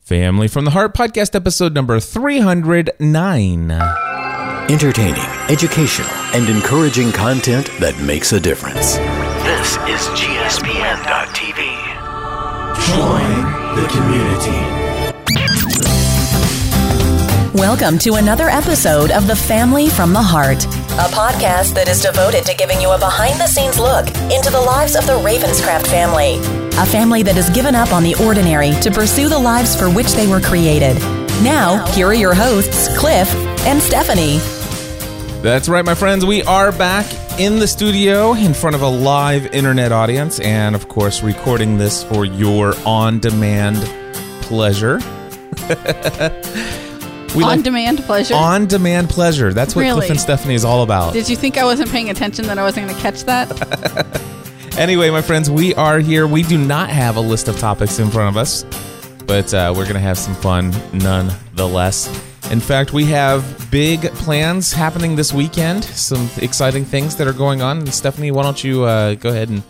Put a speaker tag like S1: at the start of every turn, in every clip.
S1: Family from the Heart podcast episode number 309.
S2: Entertaining, educational, and encouraging content that makes a difference.
S3: This is GSPN.TV.
S4: Welcome to another episode of The Family from the Heart, a podcast that is devoted to giving you a behind the scenes look into the lives of the Ravenscraft family, a family that has given up on the ordinary to pursue the lives for which they were created. Now, here are your hosts, Cliff and Stephanie.
S1: That's right, my friends. We are back in the studio in front of a live internet audience and, of course, recording this for your on demand pleasure. we
S5: on
S1: like
S5: demand pleasure.
S1: on demand pleasure. That's what
S5: Really?
S1: Cliff and Stephanie is all about.
S5: Did you think I wasn't paying attention that I wasn't going to catch that?
S1: Anyway, my friends, we are here. We do not have a list of topics in front of us, but uh, we're going to have some fun nonetheless. In fact, we have big plans happening this weekend, some exciting things that are going on. And Stephanie, why don't you uh, go ahead and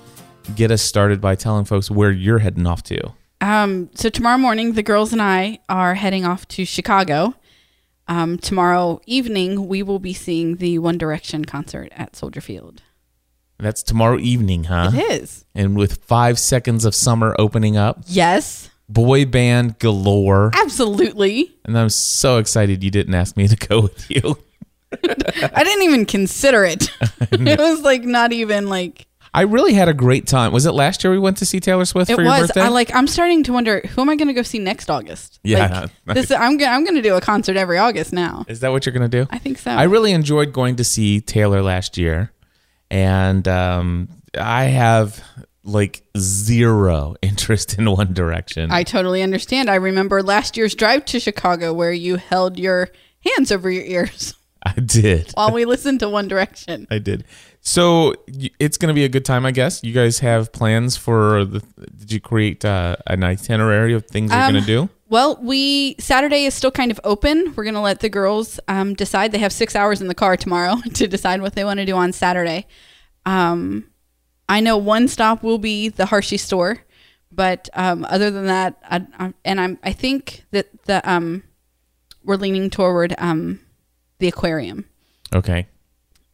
S1: get us started by telling folks where you're heading off to?
S5: um, so tomorrow morning, the girls and I are heading off to Chicago. Um, tomorrow evening, we will be seeing the One Direction concert at Soldier Field.
S1: That's tomorrow evening, huh?
S5: It is.
S1: And with five seconds of summer opening up,
S5: Yes,
S1: boy band galore.
S5: absolutely.
S1: And I'm so excited you didn't ask me to go with you.
S5: I didn't even consider it. it was like not even like
S1: I really had a great time. Was it last year we went to see Taylor Swift
S5: it
S1: for your
S5: was.
S1: birthday?
S5: I like. I'm starting to wonder who am I going to go see next August.
S1: Yeah,
S5: like, this. I'm gonna. I'm going to do a concert every August now.
S1: Is that what you're gonna do?
S5: I think so.
S1: I really enjoyed going to see Taylor last year, and um, I have like zero interest in One Direction.
S5: I totally understand. I remember last year's drive to Chicago where you held your hands over your ears
S1: I did.
S5: while we listened to One Direction.
S1: I did. So y- it's gonna be a good time, I guess. You guys have plans for the? Did you create uh, an itinerary of things
S5: Um,
S1: you're gonna do?
S5: Well, we Saturday is still kind of open. We're gonna let the girls um, decide. They have six hours in the car tomorrow to decide what they want to do on Saturday. Um, I know one stop will be the Hershey store, but um, other than that, I, I, and I'm I think that the um, we're leaning toward um, the aquarium.
S1: Okay.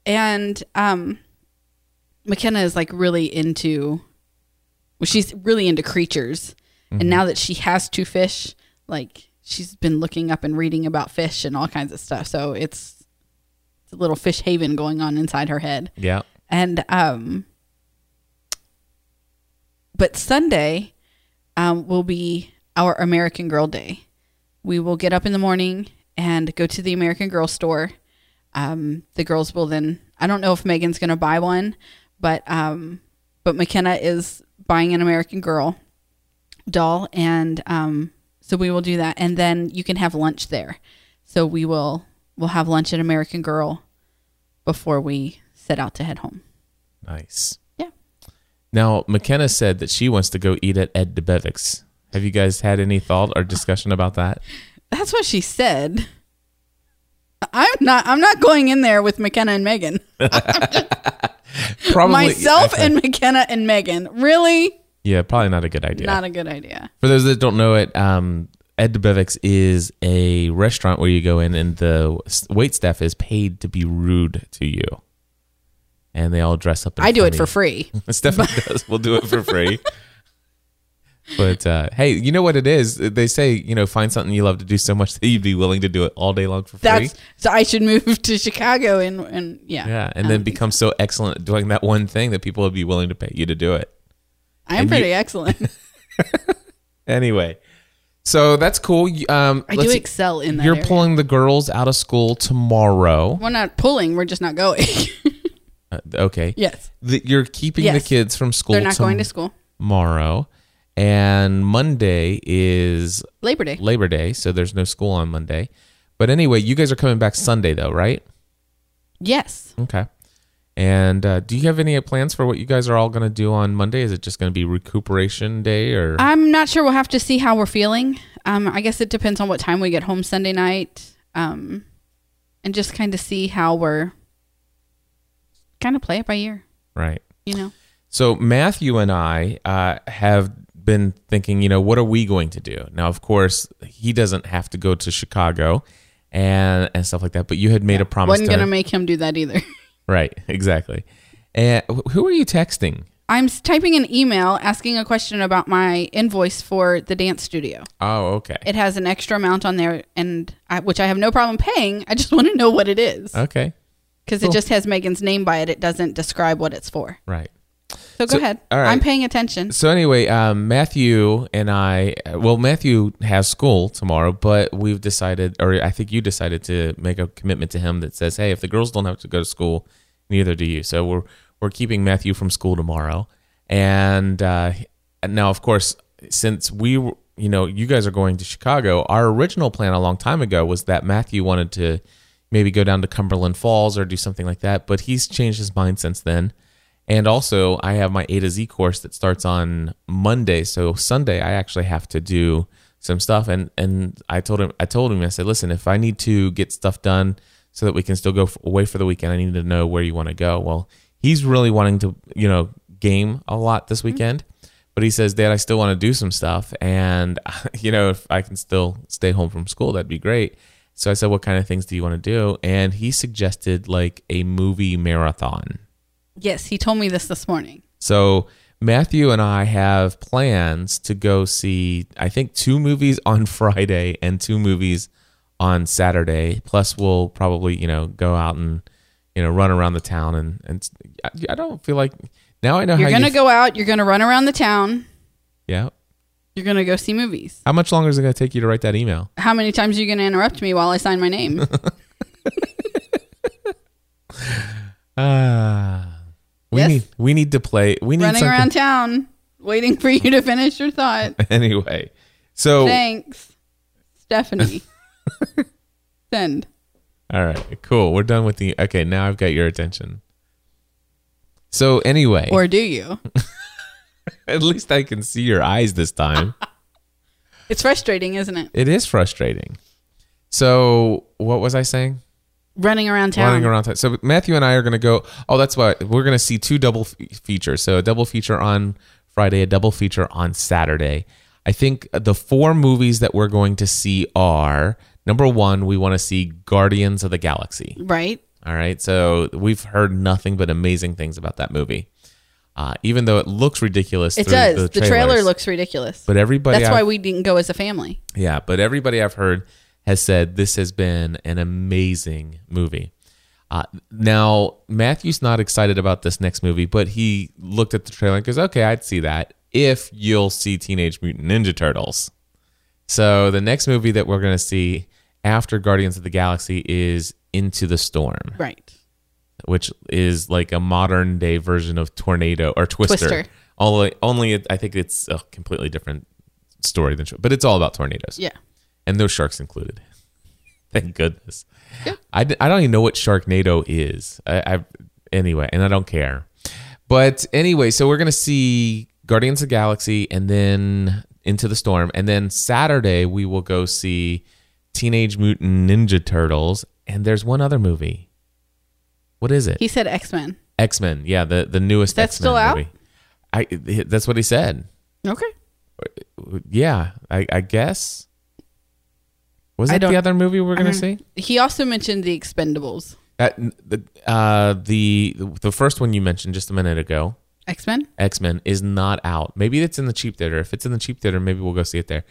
S5: and um McKenna is like really into well she's really into creatures and now that she has two fish like she's been looking up and reading about fish and all kinds of stuff so it's it's a little fish haven going on inside her head
S1: Yeah.
S5: and um but sunday um will be our american girl day we will get up in the morning and go to the american girl store um the girls will then i don't know if megan's gonna buy one but um but mckenna is buying an american girl doll and um so we will do that and then you can have lunch there so we will we'll have lunch at american girl before we set out to head home.
S1: Nice.
S5: Yeah.
S1: Now, McKenna said that she wants to go eat at Ed DeBevick's. Have you guys had any thought or discussion about that?
S5: That's what she said. I'm not I'm not going in there with McKenna and Megan.
S1: Probably
S5: Myself and McKenna and Megan. Really?
S1: yeah, probably not a good idea.
S5: Not a good idea.
S1: For those that don't know it, um, Ed DeBevick's is a restaurant where you go in and the wait staff is paid to be rude to you, and they all dress up. In
S5: I do it
S1: funny-
S5: for free.
S1: Stephanie does. We'll do it for free. But uh, hey, you know what it is? They say you know find something you love to do so much that you'd be willing to do it all day long for free.
S5: That's so I should move to Chicago and and yeah. Um,
S1: Yeah, and
S5: I
S1: then
S5: don't think
S1: become so. excellent at doing that one thing that people would be willing to pay you to do it.
S5: so. I'm
S1: and
S5: pretty
S1: you-
S5: excellent.
S1: Anyway, so that's cool. You- Um,
S5: I
S1: let's
S5: do
S1: see.
S5: excel in that.
S1: You're
S5: area.
S1: pulling the girls out of school tomorrow.
S5: We're not pulling, we're just not going.
S1: Uh, okay.
S5: yes.
S1: The- you're keeping
S5: Yes.
S1: the kids from school.
S5: They're not going to school.
S1: tomorrow, and Monday is
S5: Labor Day.
S1: Labor Day, so there's no school on Monday. But anyway, you guys are coming back Sunday though, right?
S5: Yes.
S1: Okay. And uh, do you have any plans for what you guys are all going to do on Monday? Is it just going to be recuperation day or?
S5: I'm not sure. We'll have to see how we're feeling. Um, I guess it depends on what time we get home Sunday night, um, and just kind of see how we're kind of play it by ear.
S1: right.
S5: You know,
S1: So Matthew and I uh, have been thinking, you know, what are we going to do? Now, of course, he doesn't have to go to Chicago and and stuff like that. But you had made a promise.
S5: wasn't
S1: to
S5: gonna
S1: him.
S5: make him do that either.
S1: right, exactly. And wh- who are you texting?
S5: I'm s- typing an email asking a question about my invoice for the dance studio.
S1: Oh, okay,
S5: It has an extra amount on there, and I, which I have no problem paying. I just want to know what it is
S1: okay,
S5: because it just has Megan's name by it. It doesn't describe what it's for.
S1: right.
S5: So go
S1: So-
S5: ahead.
S1: all right.
S5: I'm paying attention.
S1: So anyway, um, Matthew and I. uh, Well, Matthew has school tomorrow, but we've decided, or I think you decided to make a commitment to him that says, "Hey, if the girls don't have to go to school, neither do you." So we're we're keeping Matthew from school tomorrow, and uh, now, of course, since we, were- you know, you guys are going to Chicago, our original plan a long time ago was that Matthew wanted to maybe go down to Cumberland Falls or do something like that, but he's changed his mind since then. And also, I have my A to Z course that starts on Monday. So Sunday, I actually have to do some stuff. And and I told him, I told him, I said, listen, if I need to get stuff done so that we can still go f- away for the weekend, I need to know where you want to go. Well, he's really wanting to, you know, game a lot this weekend. But he says, Dad, I still want to do some stuff. And, you know, if I can still stay home from school, that'd be great. So I said, What kind of things do you want to do? And he suggested like a movie marathon.
S5: Yes, he told me this this morning.
S1: So Matthew and I have plans to go see, I think, two movies on Friday and two movies on Saturday. Plus, we'll probably, you know, go out and, you know, run around the town. And, and I, I don't feel like now I know
S5: You're
S1: how
S5: gonna
S1: you,
S5: go out. You're gonna run around the town.
S1: Yeah.
S5: You're gonna go see movies.
S1: How much longer is it going to take you to write that email?
S5: How many times are you gonna interrupt me while I sign my name?
S1: Ah. we
S5: Yes.
S1: need we need to play. We need
S5: Running
S1: something
S5: around town, waiting for you to finish your thought.
S1: anyway. So
S5: Thanks, Stephanie. Send.
S1: all right, cool. We're done with the. Okay, now I've got your attention. So anyway,
S5: Or do you?
S1: at least I can see your eyes this time.
S5: It's frustrating, isn't it?
S1: it is frustrating. So what was I saying?
S5: Running around town.
S1: Running around. Time. So Matthew and I are going to go. Oh, that's why we're going to see two double f- features. So a double feature on Friday, a double feature on Saturday. I think the four movies that we're going to see are number one, we want to see Guardians of the Galaxy.
S5: Right?
S1: All right. So we've heard nothing but amazing things about that movie. Uh, even though it looks ridiculous,
S5: It
S1: through
S5: does. The, trailer
S1: trailers.
S5: looks ridiculous.
S1: But everybody,
S5: That's
S1: I've-
S5: why we didn't go as a family.
S1: yeah, but everybody I've heard has said this has been an amazing movie. Uh, now Matthew's not excited about this next movie, but he looked at the trailer and goes, "Okay, I'd see that if you'll see Teenage Mutant Ninja Turtles." So the next movie that we're going to see after Guardians of the Galaxy is Into the Storm,
S5: Right.
S1: which is like a modern day version of Tornado or Twister.
S5: Twister.
S1: Only, only it- I think it's a completely different story than, but it's all about tornadoes
S5: Yeah.
S1: and no sharks included. Thank goodness. I, d- I don't even know what Sharknado is. I, I anyway, and I don't care. But anyway, so we're gonna see Guardians of the Galaxy and then Into the Storm, and then Saturday we will go see Teenage Mutant Ninja Turtles, and there's one other movie. What is it?
S5: He said X Men.
S1: X Men. Yeah, the the newest
S5: That's
S1: X Men
S5: still out?
S1: movie. I that's what he said.
S5: Okay.
S1: Yeah, I, I guess. Was
S5: I
S1: that
S5: don't-
S1: the other movie we're gonna see?
S5: He also mentioned the Expendables.
S1: Uh, n- the uh, the the first one you mentioned just a minute ago,
S5: X Men?
S1: X Men, is not out. Maybe it's in the cheap theater. If it's in the cheap theater, maybe we'll go see it there.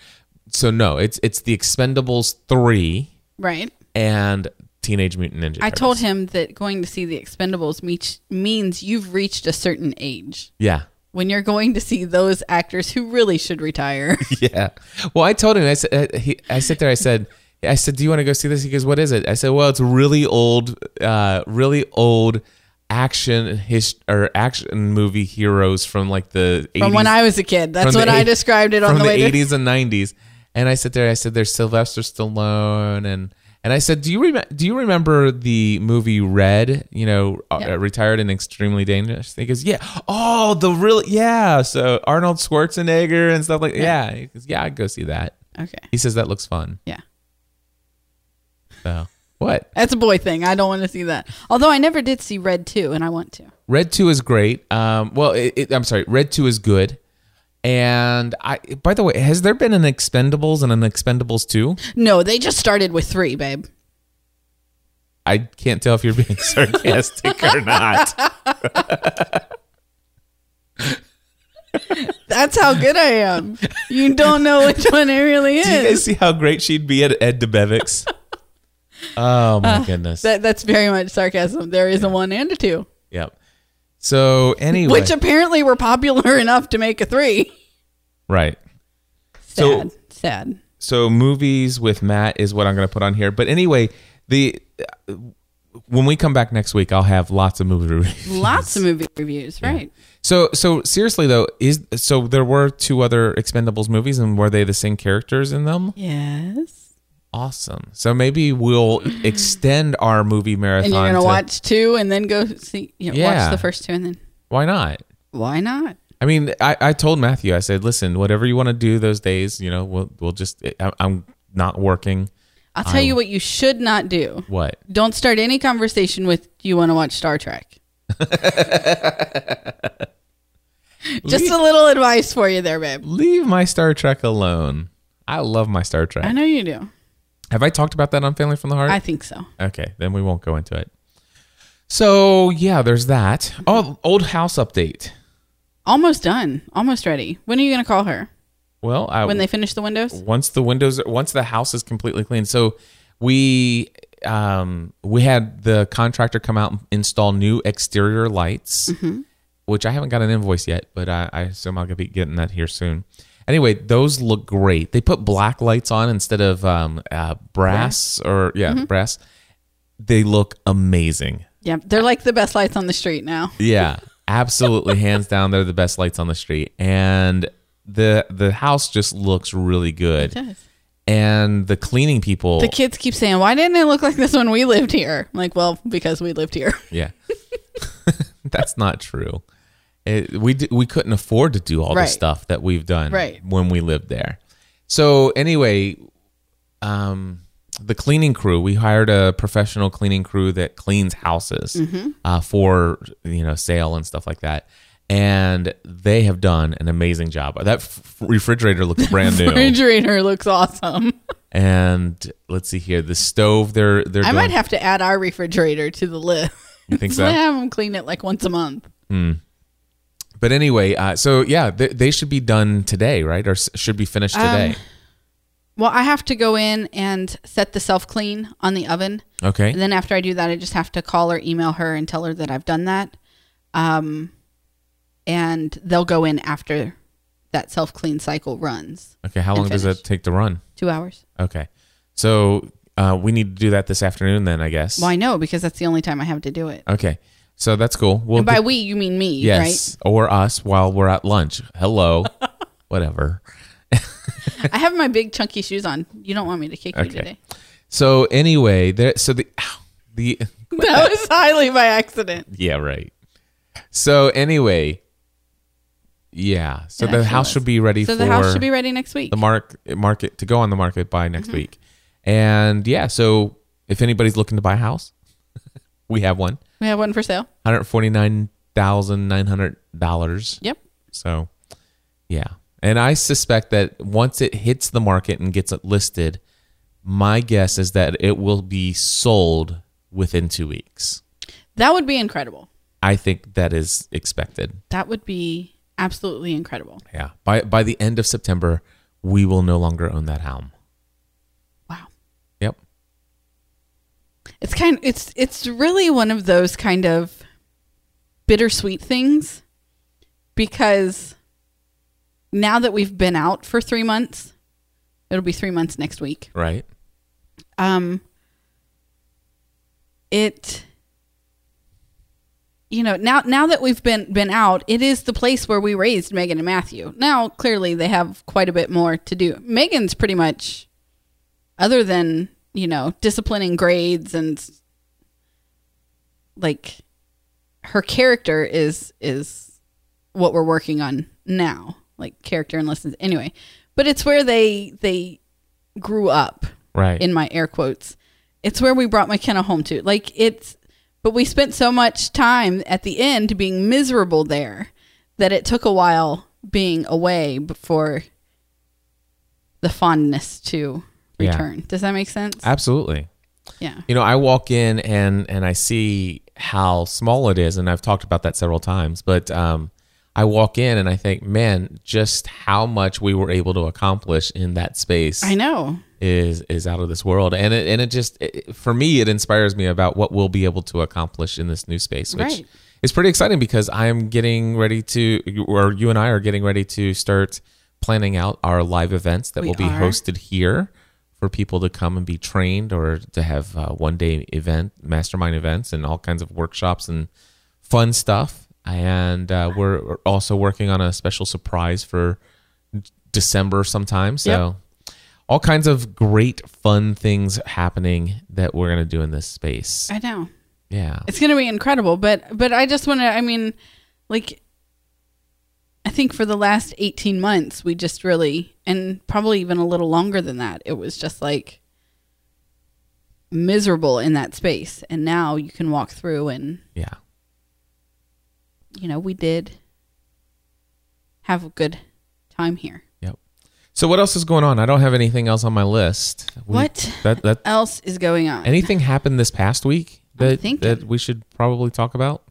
S1: So no, it's it's the Expendables three
S5: Right.
S1: and Teenage Mutant Ninja.
S5: I
S1: Turtles.
S5: told him that going to see the Expendables meech- means you've reached a certain age.
S1: Yeah,
S5: When you're going to see those actors who really should retire,
S1: yeah. Well, I told him. I said. uh, He, I sit there. I said. I said, "Do you want to go see this?" He goes, "What is it?" I said, "Well, it's really old, uh, really old action his or action movie heroes from like the 80s,
S5: from when I was a kid, that's
S1: from
S5: what
S1: the
S5: I
S1: eight-
S5: described it on
S1: from
S5: the way to-
S1: '80s and '90s." And I sit there. I said, "There's Sylvester Stallone," and and I said, "Do you remember? Do you remember the movie Red? You know, uh
S5: Yeah.
S1: retired and extremely dangerous." He goes, "Yeah. Oh, the real yeah. So Arnold Schwarzenegger and stuff like yeah. He goes, yeah, I'd go see that."
S5: Okay.
S1: He says that looks fun.
S5: Yeah.
S1: So what?
S5: That's a boy thing. I don't want to see that. Although I never did see Red 2, and I want to.
S1: Red Two is great. Um, well, it, it, I'm sorry, Red Two is good, And I, by the way, has there been an Expendables and an Expendables two?
S5: No, they just started with three, babe.
S1: I can't tell if you're being sarcastic or not.
S5: That's how good I am. You don't know which one it really
S1: Do you guys
S5: is.
S1: see how great she'd be at Ed DeBevick's? Oh my goodness.
S5: Uh, That, that's very much sarcasm. There is a one and a two,
S1: yep. So anyway,
S5: which apparently were popular enough to make a three.
S1: right. So-
S5: Sad. sad.
S1: so movies with Matt is what I'm going to put on here. But anyway, the uh, when we come back next week, I'll have lots of movie reviews.
S5: Lots of movie reviews, right?
S1: So so seriously though, is so there were two other Expendables movies, and were they the same characters in them?
S5: Yes.
S1: Awesome. So maybe we'll extend our movie marathon.
S5: And you're gonna
S1: to-
S5: watch two, and then go see. You know,
S1: Yeah.
S5: Watch the first two, and then
S1: Why not?
S5: why not?
S1: I mean, I, I told Matthew, I said, listen, whatever you want to do those days, you know, we'll we'll just. I, I'm not working.
S5: I'll tell you what you should not do.
S1: What?
S5: Don't start any conversation with "You want to watch Star Trek." Just a little advice for you there, babe.
S1: Leave my Star Trek alone. I love my Star Trek.
S5: I know you do.
S1: Have I talked about that on Family from the Heart?
S5: I think so.
S1: okay, then we won't go into it. So yeah, there's that. Oh, old house update.
S5: Almost done. Almost ready. When are you going to call her?
S1: Well, I,
S5: When they finish the windows?
S1: once the windows, once the house is completely clean. So we um, we had the contractor come out and install new exterior lights, which I haven't got an invoice yet, but I, I assume I'll be getting that here soon. Anyway, those look great. They put black lights on instead of um, uh, brass, or yeah, brass. They look amazing.
S5: Yeah, they're like the best lights on the street now.
S1: Yeah, absolutely, hands down, they're the best lights on the street, and the the house just looks really good. And the cleaning people,
S5: The kids keep saying, "Why didn't it look like this when we lived here?" I'm like, well, because we lived here.
S1: yeah, that's not true. It, we d- we couldn't afford to do all
S5: Right.
S1: the stuff that we've done
S5: Right.
S1: when we lived there. So anyway, um, the cleaning crew we hired a professional cleaning crew that cleans houses
S5: Mm-hmm.
S1: uh, for you know sale and stuff like that. And they have done an amazing job. That f- refrigerator looks brand new.
S5: Refrigerator looks awesome.
S1: And let's see here, the stove. They're they're.
S5: I
S1: doing,
S5: might have to add our refrigerator to the list.
S1: You think so?
S5: I have them clean it like once a month.
S1: But anyway, uh, so yeah, they, they should be done today, right? Or s- should be finished
S5: Um,
S1: today.
S5: Well, I have to go in and set the self clean on the oven.
S1: okay.
S5: And then after I do that, I just have to call or email her and tell her that I've done that. Um, and they'll go in after that self clean cycle runs
S1: okay. How long does that
S5: finished.
S1: take to run?
S5: two hours.
S1: Okay. So uh, we need to do that this afternoon, then I guess.
S5: Well, I know because that's the only time I have to do it.
S1: Okay. So that's cool. We'll
S5: and by
S1: get-
S5: we, you mean me,
S1: yes, or us while we're at lunch. Hello. Whatever.
S5: right? I have my big chunky shoes on. You don't want me to kick you
S1: Okay.
S5: today.
S1: So anyway, there. So the ow, the
S5: That was highly by accident.
S1: yeah right. So anyway, yeah. So
S5: It
S1: the
S5: actually
S1: house
S5: was.
S1: should be ready.
S5: So
S1: for
S5: the house should be ready next week.
S1: the mark market to go on the market by next
S5: Mm-hmm.
S1: week. And yeah, so if anybody's looking to buy a house, we have one.
S5: we have one for sale.
S1: Hundred forty nine thousand nine hundred dollars.
S5: Yep.
S1: So yeah. And I suspect that once it hits the market and gets it listed, my guess is that it will be sold within two weeks.
S5: That would be incredible.
S1: I think that is expected.
S5: That would be absolutely incredible.
S1: Yeah. By by the end of September, we will no longer own that home.
S5: Wow.
S1: Yep.
S5: It's kind it's it's really one of those kind of bittersweet things because now that we've been out for 3 months, it'll be 3 months next week.
S1: Right.
S5: Um it you know, now now that we've been been out, it is the place where we raised Megan and Matthew. Now, clearly they have quite a bit more to do. Megan's pretty much other than, you know, disciplining grades and like her character is is what we're working on now, like character and lessons. Anyway, but it's where they they grew up
S1: Right.
S5: in my air quotes. It's where we brought McKenna home to. Like it's, but we spent so much time at the end being miserable there that it took a while being away before the fondness to
S1: Yeah.
S5: return. Does that make sense?
S1: Absolutely.
S5: yeah.
S1: You know, I walk in and and I see how small it is, and I've talked about that several times. But um, I walk in and I think, man, just how much we were able to accomplish in that space
S5: I know.
S1: is is out of this world, and it and it just it, for me it inspires me about what we'll be able to accomplish in this new space, which
S5: Right.
S1: is pretty exciting because I am getting ready to, or you and I are getting ready to start planning out our live events that
S5: We
S1: will be
S5: are.
S1: hosted here for people to come and be trained or to have uh, one day event mastermind events and all kinds of workshops and fun stuff. And uh, we're also working on a special surprise for December sometime. So all kinds of great fun things happening that we're gonna do in this space.
S5: I know.
S1: Yeah.
S5: It's going to be incredible, but but I just want to I mean, like I think for the last 18 months we just really and probably even a little longer than that. It was just like miserable in that space and now you can walk through and
S1: Yeah.
S5: you know, we did have a good time here.
S1: Yep. So what else is going on? I don't have anything else on my list. We-
S5: What?
S1: That that
S5: Else is going on.
S1: anything happened this past week
S5: I'm
S1: that
S5: thinking.
S1: that we should probably talk about?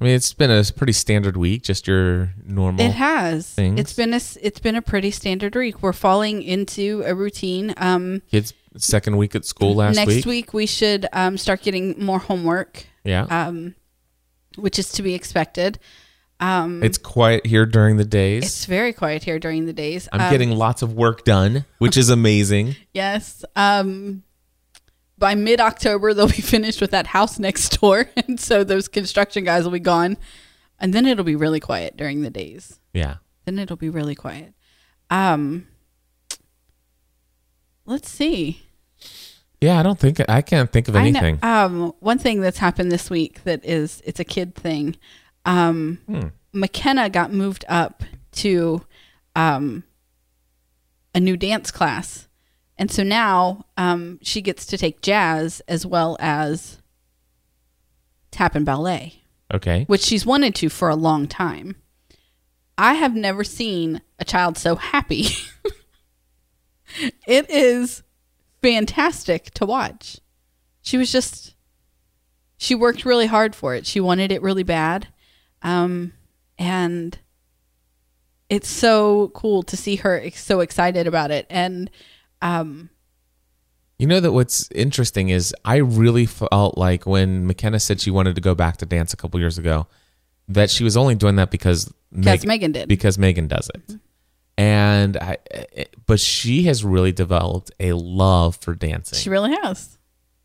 S1: I mean, it's been a pretty standard week, just your normal.
S5: It has.
S1: things.
S5: It's been a s- it's been a pretty standard week. We're falling into a routine. Um,
S1: kids second week at school last
S5: next
S1: week.
S5: week. we should um, start getting more homework,
S1: Yeah.
S5: which is to be expected.
S1: it's quiet here during the days.
S5: um, It's very quiet here during the days.
S1: I'm
S5: um,
S1: getting lots of work done, which is amazing.
S5: yes. Um, by mid October, they'll be finished with that house next door, and so those construction guys will be gone, and then it'll be really quiet during the days.
S1: Yeah.
S5: then it'll be really quiet. Um, let's see.
S1: Yeah, I don't think I can't think of
S5: I
S1: anything.
S5: know. Um, one thing that's happened this week that is it's a kid thing. Um,
S1: Hmm.
S5: McKenna got moved up to um, a new dance class, and so now um, she gets to take jazz as well as tap and ballet
S1: Okay.
S5: which she's wanted to for a long time. I have never seen a child so happy. it is fantastic to watch. She was just, she worked really hard for it. She wanted it really bad. Um, and it's so cool to see her ex- so excited about it. And
S1: You know that what's interesting is I really felt like when McKenna said she wanted to go back to dance a couple years ago, that she was only doing that because
S5: because Megan did. Mm-hmm.
S1: because Megan does it, and I. It, but she has really developed a love for dancing.
S5: she really has.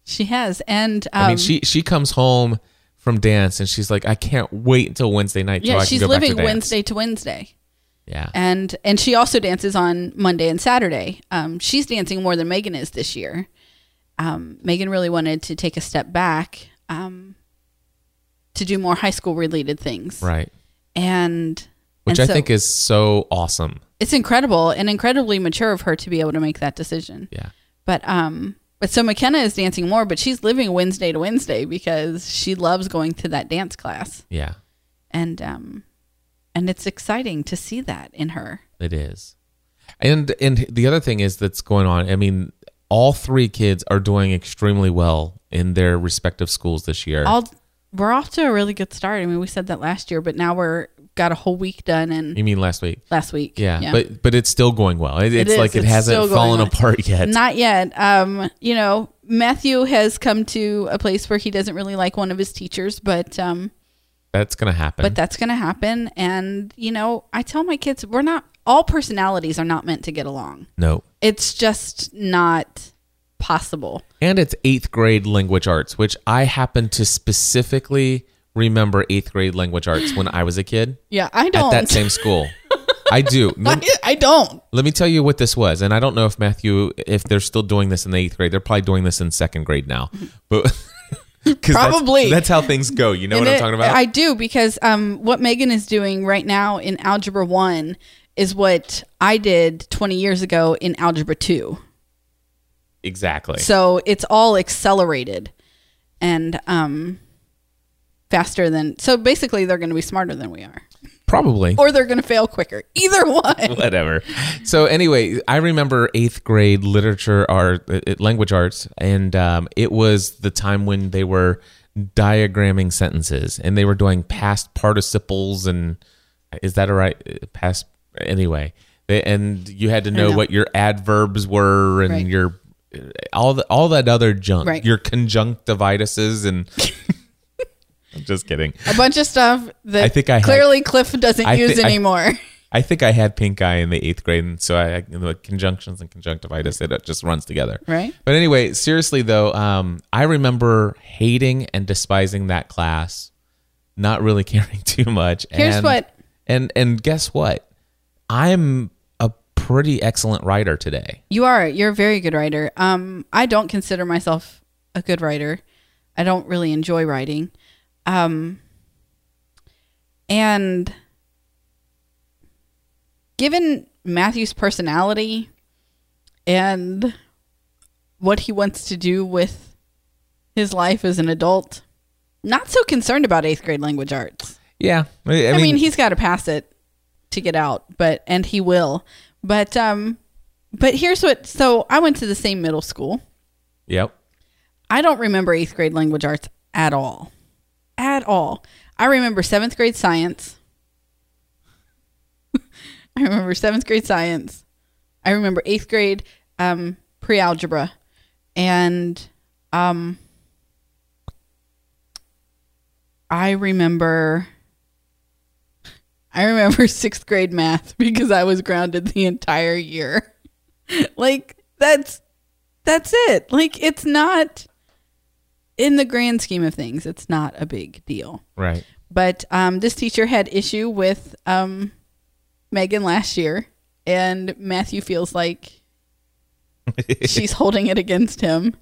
S5: She has. And um,
S1: I mean, she she comes home from dance and she's like, I can't wait until Wednesday night. till
S5: yeah,
S1: I
S5: she's
S1: can go
S5: living
S1: back to dance."
S5: Wednesday to Wednesday.
S1: Yeah,
S5: and and she also dances on Monday and Saturday. Um, she's dancing more than Megan is this year. Um, Megan really wanted to take a step back um, to do more high school related things,
S1: right.
S5: and
S1: Which
S5: and
S1: I
S5: so
S1: think is so awesome.
S5: it's incredible and incredibly mature of her to be able to make that decision.
S1: Yeah.
S5: But um, but so McKenna is dancing more, but she's living Wednesday to Wednesday because she loves going to that dance class,
S1: Yeah.
S5: and um, and it's exciting to see that in her.
S1: It is. And and the other thing is that's going on. I mean, all three kids are doing extremely well in their respective schools this year.
S5: all we're off to a really good start. I mean, we said that last year, but now we're got a whole week done and
S1: you mean last week?
S5: last week.
S1: Yeah, but but it's still going well. It, it's
S5: is.
S1: like it
S5: It's
S1: hasn't
S5: still going
S1: fallen
S5: on.
S1: apart yet.
S5: not yet. Um, you know, Matthew has come to a place where he doesn't really like one of his teachers, but um,
S1: that's gonna happen.
S5: but that's going to happen. And you know, I tell my kids we're not all personalities are not meant to get along.
S1: no,
S5: It's just not possible.
S1: and it's eighth grade language arts, which I happen to specifically remember eighth grade language arts when I was a kid
S5: Yeah, I
S1: at
S5: don't.
S1: that same school. I do. Let-
S5: I don't.
S1: Let me tell you what this was, and I don't know if Matthew, if they're still doing this in the eighth grade, they're probably doing this in second grade now, but 'cause that's-
S5: Probably.
S1: that's, how things go. You know what I'm
S5: it-
S1: talking about?
S5: I do because um, what Megan is doing right now in Algebra 1 is what I did 20 years ago in Algebra 2.
S1: exactly.
S5: So it's all accelerated and um, faster than. So basically, they're going to be smarter than we are.
S1: Probably.
S5: or they're going to fail quicker. Either one.
S1: whatever. So anyway, I remember eighth grade literature art, uh, uh, language arts, and um, it was the time when they were diagramming sentences, and they were doing past participles, and is that all right? Uh, Past anyway, they, and you had to know,
S5: know.
S1: what your adverbs were and
S5: Right.
S1: your uh, all the, all that other junk,
S5: Right.
S1: your conjunctivitis and. I'm just kidding.
S5: A bunch of stuff that
S1: I think I had-
S5: clearly Cliff doesn't
S1: I thi-
S5: use
S1: I-
S5: anymore.
S1: I think I had pink eye in the eighth grade, and so I, I the conjunctions and conjunctivitis it just runs together.
S5: Right.
S1: But anyway, seriously though, um, I remember hating and despising that class, not really caring too much.
S5: Here's
S1: and,
S5: what-
S1: And and guess what? I'm a pretty excellent writer today.
S5: You are. You're a very good writer. Um, I don't consider myself a good writer. I don't really enjoy writing. Um, and given Matthew's personality and what he wants to do with his life as an adult, not so concerned about eighth grade language arts.
S1: Yeah. I, I
S5: I
S1: mean,
S5: mean, he's got to pass it to get out, but and he will. But um but here's what so I went to the same middle school.
S1: yep.
S5: I don't remember 8th grade language arts at all. At all. I remember 7th grade science. I remember 7th grade science. I remember 8th grade um pre-algebra and um I remember I remember sixth grade math because I was grounded the entire year. like that's that's it. Like it's not in the grand scheme of things, it's not a big deal.
S1: Right.
S5: But um, this teacher had issue with um, Megan last year, and Matthew feels like she's holding it against him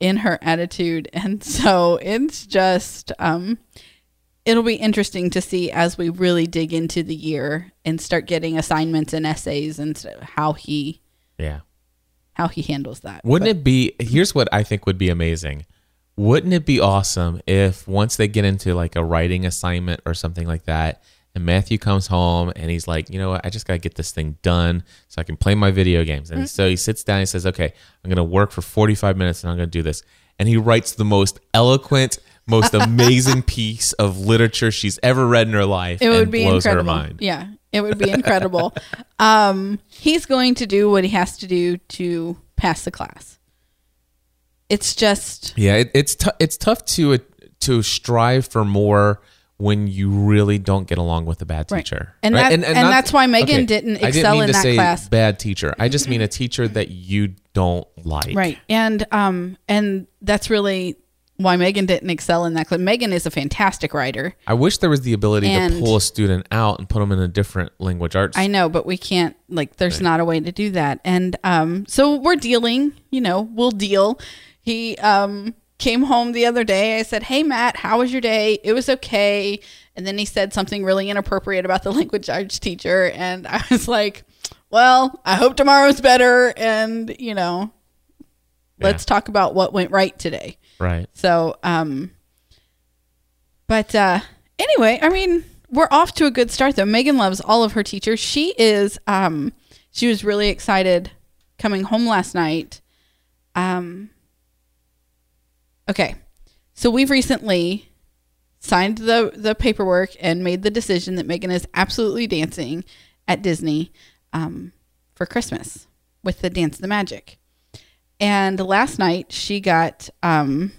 S5: in her attitude, and so it's just um, it'll be interesting to see as we really dig into the year and start getting assignments and essays and so how he
S1: Yeah.
S5: how he handles that.
S1: Wouldn't it be? Here's what I think would be amazing. Wouldn't it be awesome if once they get into like a writing assignment or something like that, and Matthew comes home and he's like, you know what, I just gotta get this thing done so I can play my video games. And so he sits down and says, okay, I'm gonna work for 45 minutes and I'm gonna do this. And he writes the most eloquent, most amazing piece of literature she's ever read in her life.
S5: it would
S1: and
S5: be
S1: blows
S5: incredible.
S1: her mind.
S5: Yeah, it would be incredible. um, he's going to do what he has to do to pass the class. It's just
S1: Yeah, it, it's t- it's tough to uh, to strive for more when you really don't get along with a bad
S5: Right.
S1: teacher,
S5: And that- and that's why Megan didn't
S1: I
S5: excel
S1: mean
S5: in
S1: to
S5: that
S1: say
S5: class.
S1: Bad teacher. I just mean a teacher that you don't like.
S5: right, and um, and that's really why Megan didn't excel in that class. Megan is a fantastic writer.
S1: I wish there was the ability to
S5: And-
S1: pull a student out and put them in a different language arts.
S5: I know, but we can't like there's not a way to do that. And um so we're dealing, you know, we'll deal. He um came home the other day. I said, "Hey Matt, how was your day?" It was okay. And then he said something really inappropriate about the language arts teacher and I was like, "Well, I hope tomorrow's better and, you know, let's talk about what went right today."
S1: right.
S5: So, um, but uh, anyway, I mean, we're off to a good start though. Megan loves all of her teachers. She is, um, she was really excited coming home last night. Um, okay, so we've recently signed the the paperwork and made the decision that Megan is absolutely dancing at Disney um, for Christmas with the Dance the Magic. And last night she got um,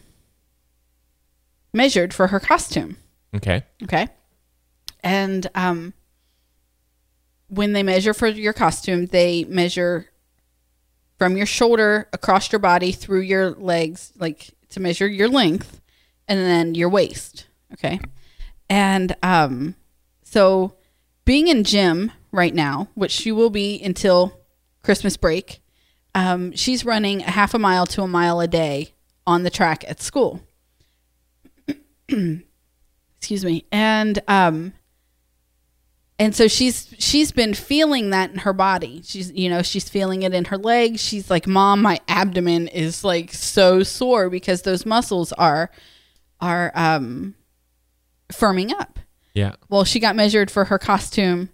S5: measured for her costume.
S1: Okay.
S5: Okay. And um, when they measure for your costume, they measure from your shoulder across your body through your legs, like to measure your length and then your waist. Okay. And um, so being in gym right now, which she will be until Christmas break, um, she's running a half a mile to a mile a day on the track at school excuse me and um and so she's she's been feeling that in her body she's you know she's feeling it in her legs she's like mom my abdomen is like so sore because those muscles are are um firming up
S1: Yeah.
S5: Well, she got measured for her costume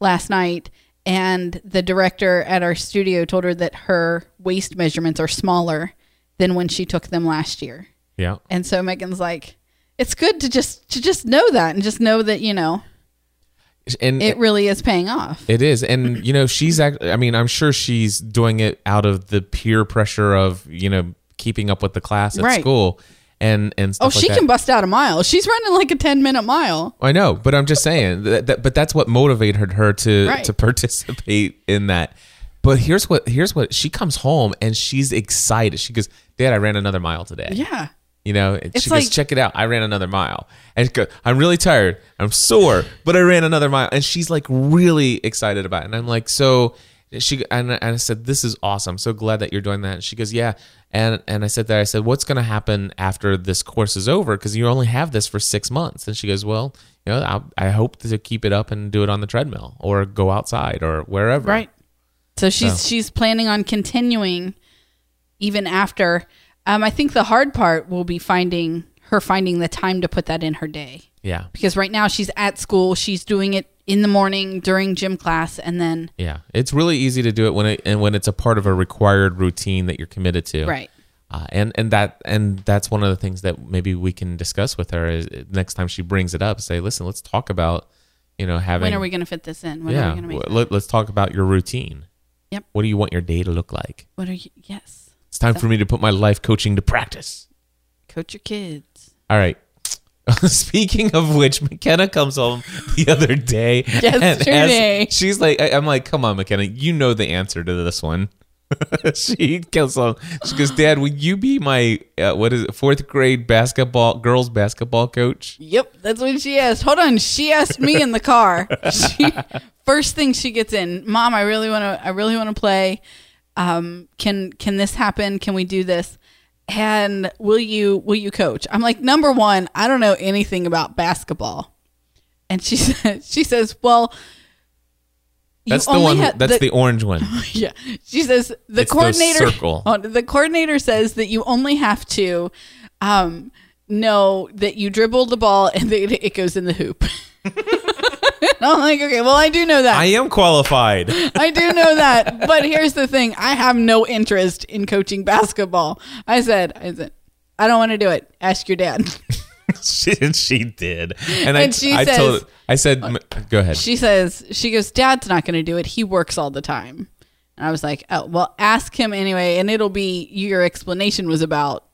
S5: last night, and the director at our studio told her that her waist measurements are smaller than when she took them last year.
S1: Yeah.
S5: And so Megan's like, it's good to just to just know that and just know that you know
S1: And
S5: it really is paying off.
S1: It is, and you know, she's. Act- I mean, I'm sure she's doing it out of the peer pressure of you know keeping up with the class at
S5: Right.
S1: school, and and
S5: Oh,
S1: stuff like
S5: she
S1: that.
S5: can bust out a mile. She's running like a ten minute mile.
S1: I know, but I'm just saying that, that- But that's what motivated her to
S5: Right.
S1: to participate in that. But here's what here's what she comes home and she's excited. She goes, "Dad, I ran another mile today."
S5: Yeah.
S1: You know, and
S5: It's
S1: she goes,
S5: like-
S1: check it out. I ran another mile. And she goes, I'm really tired. I'm sore, but I ran another mile. And she's like really excited about it. And I'm like, so she and I- and I said, This is awesome. I'm so glad that you're doing that. And she goes, Yeah. And and I said that I said, What's gonna happen after this course is over? Because you only have this for six months. And she goes, Well, you know, I, I hope to keep it up and do it on the treadmill or go outside or wherever.
S5: Right. So she's she's planning on continuing even after. Um, I think the hard part will be finding her finding the time to put that in her day
S1: Yeah.
S5: because right now she's at school. She's doing it in the morning during gym class, and then
S1: Yeah. It's really easy to do it when it and when it's a part of a required routine that you're committed to.
S5: right.
S1: uh, and and that and that's one of the things that maybe we can discuss with her is uh, next time she brings it up say listen let's talk about you know having
S5: When are we going to fit this in? When are
S1: yeah
S5: we going to make?
S1: w-
S5: that?
S1: let, us talk about your routine
S5: Yep.
S1: what do you want your day to look like
S5: What are you? Yes,
S1: it's time for me to put my life coaching to practice
S5: coach your kids.
S1: all right Speaking of which, McKenna comes home the other day. and asks-
S5: Yesterday.
S1: she's like, I, am like, come on, McKenna, you know the answer to this one. she comes home. She goes, Dad, will you be my uh, what is it, fourth grade basketball girls basketball coach?
S5: Yep, that's what she asked. Hold on, she asked me in the car. She first thing she gets in, Mom, I really want to, I really want to play. Um, can can this happen? Can we do this? And will you will you coach? I'm like number one, I don't know anything about basketball. And she says she says, well, you
S1: That's the
S5: only
S1: one.
S5: had-
S1: that's the, orange one.
S5: yeah. She says the
S1: It's the
S5: coordinator
S1: circle.
S5: Oh, the coordinator says that you only have to um know that you dribble the ball and that it goes in the hoop. And I'm like, okay, well, I do know that.
S1: I
S5: I,
S1: am qualified.
S5: do know that. But here's the thing I have no interest in coaching basketball. I said, I said, I don't want to do it. Ask your dad.
S1: she, and she did. And, I,
S5: And she
S1: I
S5: says- uh,
S1: told. I said, "M- go ahead.
S5: She says, she goes, Dad's not going to do it. He works all the time. And I was like, oh, well, ask him anyway. And it'll be your explanation was about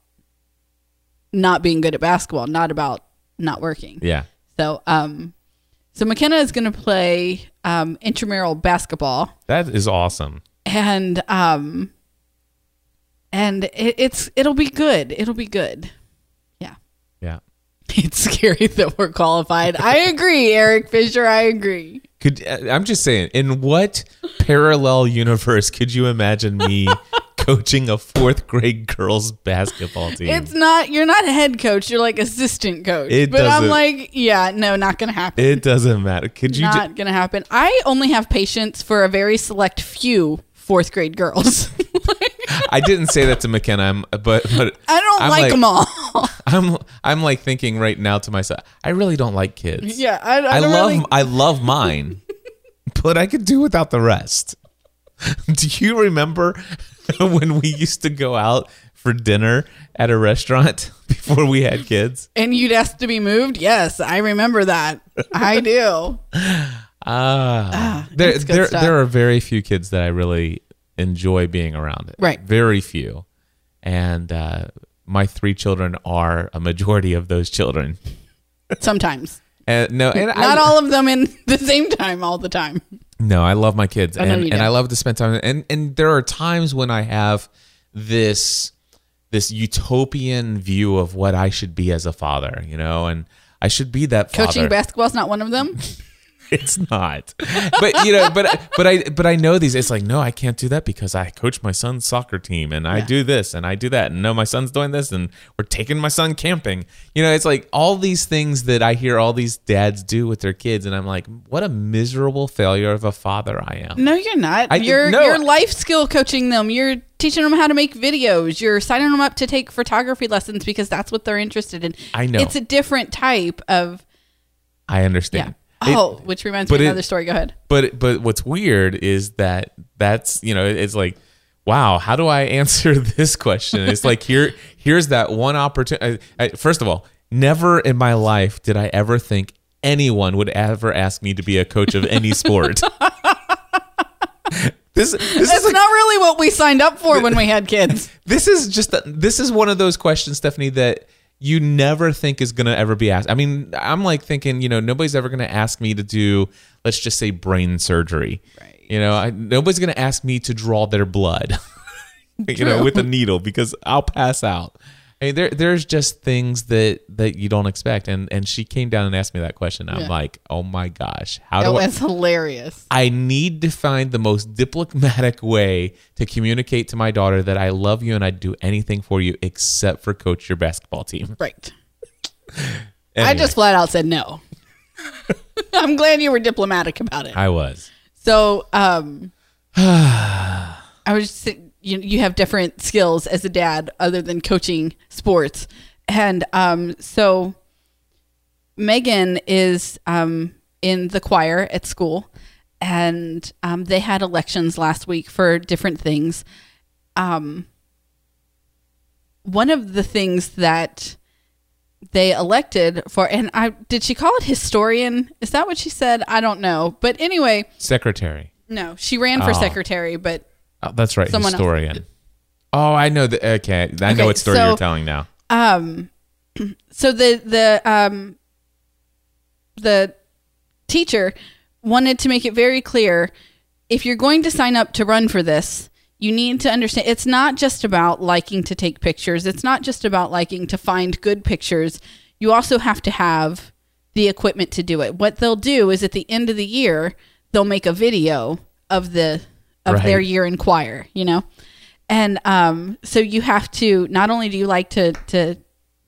S5: not being good at basketball, not about not working.
S1: yeah.
S5: So, um, so McKenna is going to play um, intramural basketball
S1: That is awesome.
S5: and, um, and it, it's, it'll be good. It'll be good. Yeah.
S1: Yeah.
S5: It's scary that we're qualified. I agree, Eric Fisher. I agree.
S1: Could uh, I'm just saying, in what parallel universe could you imagine me coaching a fourth grade girls basketball team?
S5: It's not you're not head coach, you're like assistant coach.
S1: It
S5: but I'm
S1: doesn't-
S5: like, yeah, no, not gonna happen.
S1: it doesn't matter. Could you?
S5: not
S1: Ju-
S5: gonna happen. I only have patience for a very select few fourth grade girls.
S1: I didn't say that to McKenna, I'm- but but
S5: I don't
S1: I'm
S5: like, them all.
S1: I'm I'm like thinking right now to myself, I really don't like kids.
S5: yeah, I, I,
S1: I
S5: don't
S1: love
S5: really-
S1: I love mine, but I could do without the rest. Do you remember when we used to go out for dinner at a restaurant before we had kids?
S5: and you'd ask to be moved. Yes, I remember that. I do.
S1: Ah, there
S5: Uh, that's good
S1: there
S5: stuff.
S1: there are very few kids that I really enjoy being around.
S5: Right.
S1: very few, and uh, my three children are a majority of those children.
S5: Sometimes.
S1: And no, and I,
S5: Not all of them in the same time all the time.
S1: No, I love my kids,
S5: know
S1: and
S5: Oh, you
S1: and
S5: do.
S1: I love to spend time. And and there are times when I have this this utopian view of what I should be as a father, you know, and I should be that father.
S5: Coaching basketball's not one of them.
S1: It's not, but you know, but but I but I know these. It's like no, I can't do that because I coach my son's soccer team, and I do this, and I do that, and no, my son's doing this, and we're taking my son camping. You know, it's like all these things that I hear all these dads do with their kids, and I'm like, what a miserable failure of a father I am.
S5: No, you're not.
S1: I-
S5: you're
S1: no.
S5: you're life skill coaching them. You're teaching them how to make videos. You're signing them up to take photography lessons because that's what they're interested in.
S1: I know.
S5: It's a different type of
S1: I understand.
S5: Yeah.
S1: It-
S5: Oh, which reminds me
S1: but
S5: of
S1: it-
S5: another story. Go ahead.
S1: but but what's weird is that that's you know it's like wow how do i answer this question it's like here here's that one opportunity first of all never in my life did i ever think anyone would ever ask me to be a coach of any sport this this
S5: That's
S1: is like,
S5: not really what we signed up for when we had kids.
S1: this is just this is one of those questions stephanie that you never think is going to ever be asked i mean i'm like thinking you know nobody's ever going to ask me to do let's just say brain surgery right you know I, nobody's going to ask me to draw their blood you know with a needle because i'll pass out I mean, there, there's just things that, that you don't expect, and, and she came down and asked me that question. I'm
S5: Yeah.
S1: like, oh my gosh, how
S5: That
S1: do I,
S5: was hilarious.
S1: I need to find the most diplomatic way to communicate to my daughter that I love you and I'd do anything for you except for coach your basketball team.
S5: Right. I
S1: Anyway,
S5: just flat out said no. I'm glad you were diplomatic about it.
S1: I was.
S5: So, um, I was just, saying, you, you have different skills as a dad other than coaching sports. And, um, so Megan is, um, in the choir at school and, um, they had elections last week for different things. Um, one of the things that they elected for, and I, did she call it historian? Is that what she said? I don't know. But anyway,
S1: Secretary.
S5: no, she ran for secretary, but
S1: Oh, that's right.
S5: Someone else.
S1: historian. Oh, I know the okay. I know
S5: Okay,
S1: what story
S5: so-
S1: you're telling now.
S5: so the the um the teacher wanted to make it very clear if you're going to sign up to run for this, you need to understand it's not just about liking to take pictures. It's not just about liking to find good pictures. You also have to have the equipment to do it. What they'll do is at the end of the year, they'll make a video of the of their
S1: Right.
S5: year in choir, you know? And um, so you have to not only do you like to to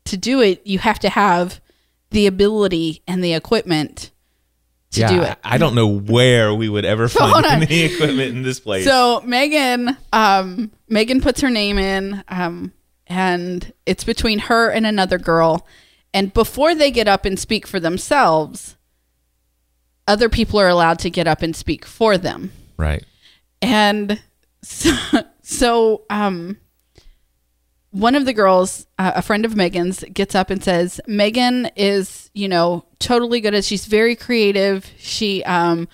S5: to do it, you have to have the ability and the equipment to
S1: yeah,
S5: do it.
S1: I I don't know where we would ever find any equipment in this place.
S5: So Megan, um, Megan puts her name in, um, and it's between her and another girl. And before they get up and speak for themselves, other people are allowed to get up and speak for them.
S1: right.
S5: And so, so um, one of the girls, uh, a friend of Megan's, gets up and says, Megan is, you know, totally good at, she's very creative. She um,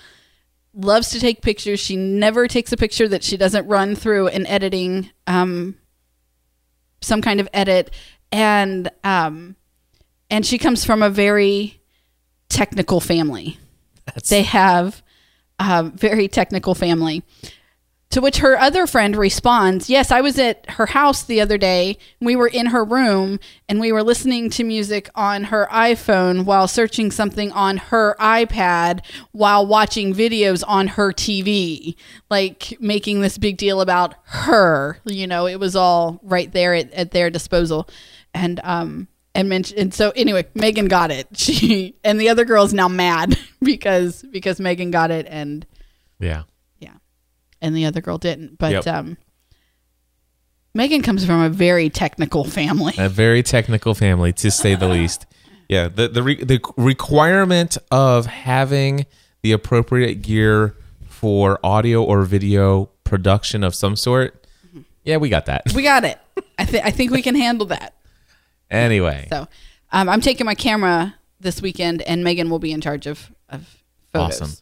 S5: loves to take pictures. She never takes a picture that she doesn't run through an editing, um, some kind of edit. And, um, and she comes from a very technical family. they have a very technical family. To which her other friend responds, Yes, I was at her house the other day. We were in her room and we were listening to music on her iPhone while searching something on her iPad while watching videos on her TV, like making this big deal about her. You know, it was all right there at, at their disposal. And, um, and mentioned and so anyway megan got it she and the other girl's now mad because because megan got it and
S1: Yeah.
S5: yeah. And the other girl didn't. But
S1: Yep.
S5: um Megan comes from a very technical family.
S1: a very technical family to say the least yeah the the, re- the requirement of having the appropriate gear for audio or video production of some sort yeah we got that
S5: we got it. I think I think we can handle that.
S1: anyway
S5: So um, I'm taking my camera this weekend and Megan will be in charge of, of photos.
S1: awesome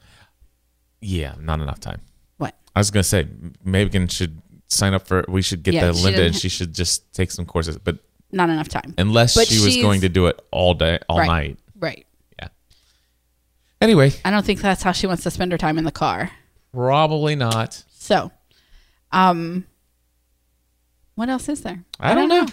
S1: yeah not enough time
S5: What?
S1: i was gonna say megan should sign up for we should get
S5: Yeah,
S1: the
S5: she
S1: linda and
S5: didn't-
S1: she should just take some courses but
S5: Not enough time.
S1: unless
S5: But
S1: she was
S5: she's-
S1: going to do it all day all
S5: Right.
S1: night
S5: Right.
S1: anyway
S5: I don't think that's how she wants to spend her time in the car.
S1: probably not
S5: So um what else is there?
S1: i, don't, know,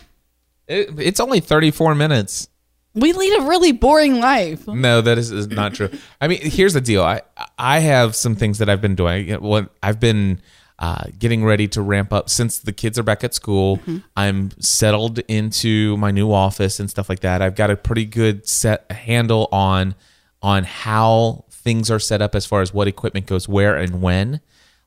S1: It, it's only 34 minutes
S5: We lead a really boring life.
S1: No, that is, is not true. I mean, here's the deal. I I have some things that I've been doing. You know, What I've been uh, getting ready to ramp up since the kids are back at school. I'm settled into my new office and stuff like that. I've got a pretty good set handle on on how things are set up as far as what equipment goes where and when.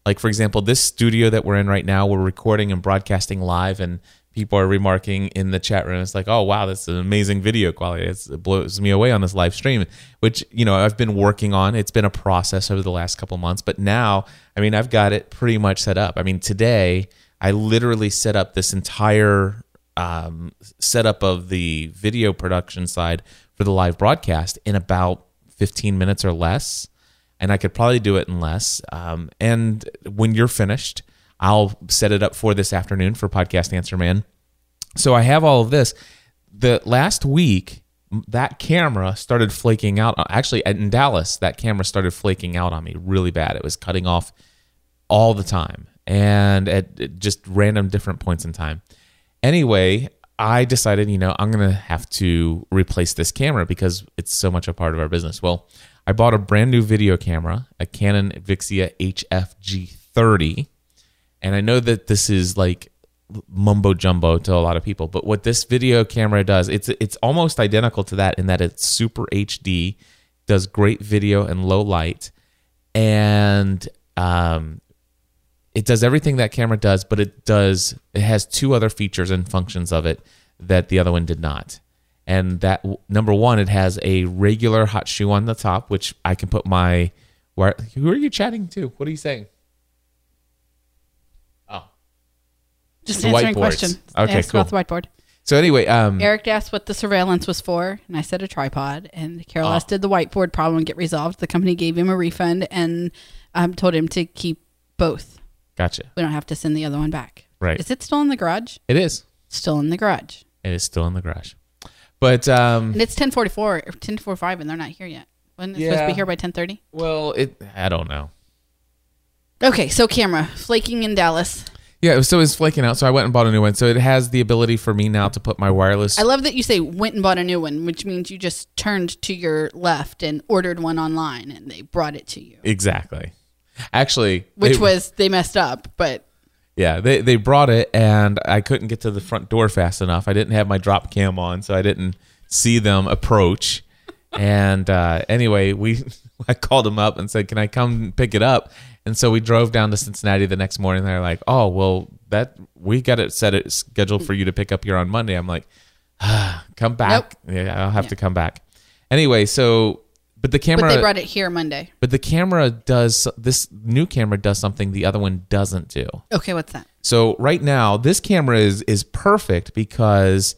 S1: Like for example, this studio that we're in right now, we're recording and broadcasting live, and people are remarking in the chat room. It's like, oh wow, that's an amazing video quality. It's, it blows me away on this live stream, which you know I've been working on. It's been a process over the last couple months, but now I mean I've got it pretty much set up. I mean today I literally set up this entire um, setup of the video production side for the live broadcast in about 15 minutes or less and I could probably do it in less. Um, and when you're finished, I'll set it up for this afternoon for Podcast Answer Man. So I have all of this. The last week, m- that camera started flaking out. Uh, Actually, in Dallas, that camera started flaking out on me really bad. It was cutting off all the time and at at just random different points in time. Anyway, I decided, you know, I'm going to have to replace this camera because it's so much a part of our business. Well, I bought a brand new video camera, a Canon Vixia HFG30. And I know that this is like mumbo jumbo to a lot of people, but what this video camera does, it's it's almost identical to that in that it's super HD, does great video in low light, and um, it does everything that camera does, but it does it has two other features and functions of it that the other one did not. And that number one, it has a regular hot shoe on the top, which I can put my. Where, who are you chatting to? What are you saying?
S5: Just
S1: The
S5: answering
S1: whiteboards.
S5: question.
S1: Okay,
S5: Asked about
S1: cool.
S5: the whiteboard.
S1: So anyway, um,
S5: Eric asked what the surveillance was for, and I said a tripod. And Carol
S1: Ah.
S5: asked, did the whiteboard problem get resolved? The company gave him a refund and um, told him to keep both.
S1: gotcha.
S5: We don't have to send the other one back.
S1: Right.
S5: Is it still in the garage?
S1: It is.
S5: Still in the garage.
S1: It is still in the garage, but um,
S5: And it's 1044 or 1045, and they're not here yet. Wasn't it supposed to
S1: Yeah.
S5: be here by 1030?
S1: well, it. I don't know.
S5: Okay, so camera flaking in Dallas.
S1: Yeah, so it's flaking out. So I went and bought a new one. So it has the ability for me now to put my wireless.
S5: I love that you say went and bought a new one, which means you just turned to your left and ordered one online, and they brought it to you.
S1: exactly. Actually,
S5: Which
S1: it-
S5: was they messed up, but
S1: Yeah, they, they brought it and I couldn't get to the front door fast enough. I didn't have my drop cam on, so I didn't see them approach. And uh, anyway, we I called them up and said, "Can I come pick it up?" And so we drove down to Cincinnati the next morning. They're like, "Oh, well, that we got it set it scheduled for you to pick up here on Monday." I'm like, ah, "Come back, yeah, I'll have to come back." Anyway, so but the camera
S5: but they brought it here Monday.
S1: but the camera does this new camera does something the other one doesn't do.
S5: Okay, what's that?
S1: So right now, this camera is is perfect because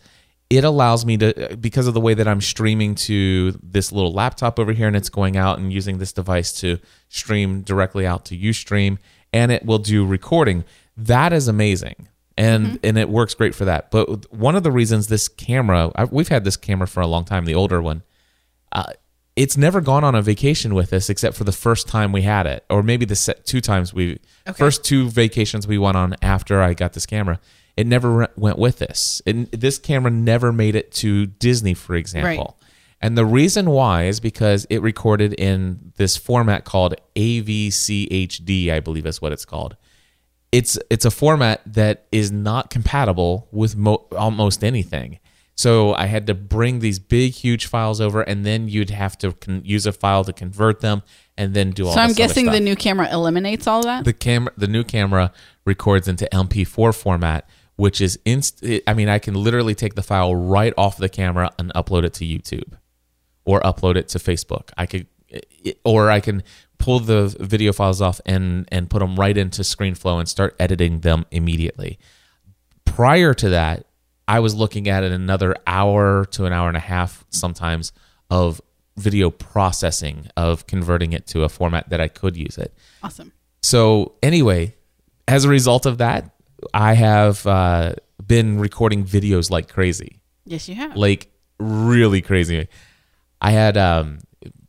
S1: it allows me to because of the way that I'm streaming to this little laptop over here, and it's going out and using this device to stream directly out to UStream, and it will do recording. That is amazing, and and it works great for that. But one of the reasons this camera, i we've had this camera for a long time, the older one, it's never gone on a vacation with us except for the first time we had it or maybe the se- two times we first two vacations we went on after i got this camera it never re- went with us and this camera never made it to disney for example and the reason why is because it recorded in this format called avchd i believe is what it's called it's it's a format that is not compatible with mo- almost anything. So I had to bring these big, huge files over, and then you'd have to con- use a file to convert them, and then do all.
S5: So I'm
S1: this other
S5: guessing the
S1: stuff.
S5: new camera eliminates all that.
S1: the camera the new camera records into MP4 format, which is inst. I mean, I can literally take the file right off the camera and upload it to YouTube or upload it to Facebook. I could, it- or I can pull the video files off and and put them right into ScreenFlow and start editing them immediately. Prior to that, I was looking at it another hour to an hour and a half sometimes of video processing of converting it to a format that I could use it.
S5: awesome.
S1: So anyway, as a result of that, I have uh, been recording videos like crazy
S5: Yes, you have.
S1: like really crazy. I had um,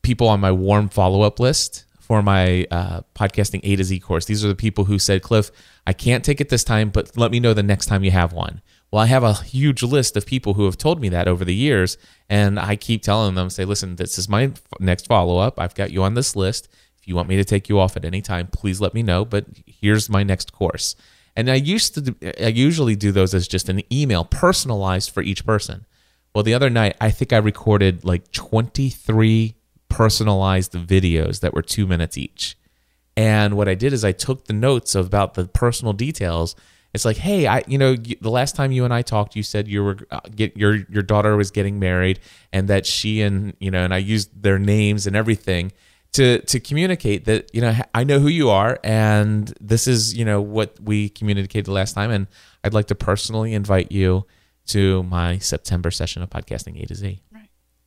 S1: people on my warm follow up list for my uh, podcasting A to Z course. These are the people who said, Cliff, I can't take it this time, but let me know the next time you have one. Well, I have a huge list of people who have told me that over the years. And I keep telling them, say, listen, this is my f- next follow up. I've got you on this list. If you want me to take you off at any time, please let me know. But here's my next course. And I used to, do- I usually do those as just an email personalized for each person. Well, the other night, I think I recorded like 23 personalized videos that were two minutes each. And what I did is I took the notes about the personal details It's like, hey, I, you know, y- the last time you and I talked, you said you were uh, get your your daughter was getting married, and that she and you know, and I used their names and everything to to communicate that you know ha- I know who you are, and this is you know what we communicated last time, and I'd like to personally invite you to my September session of podcasting A to Z.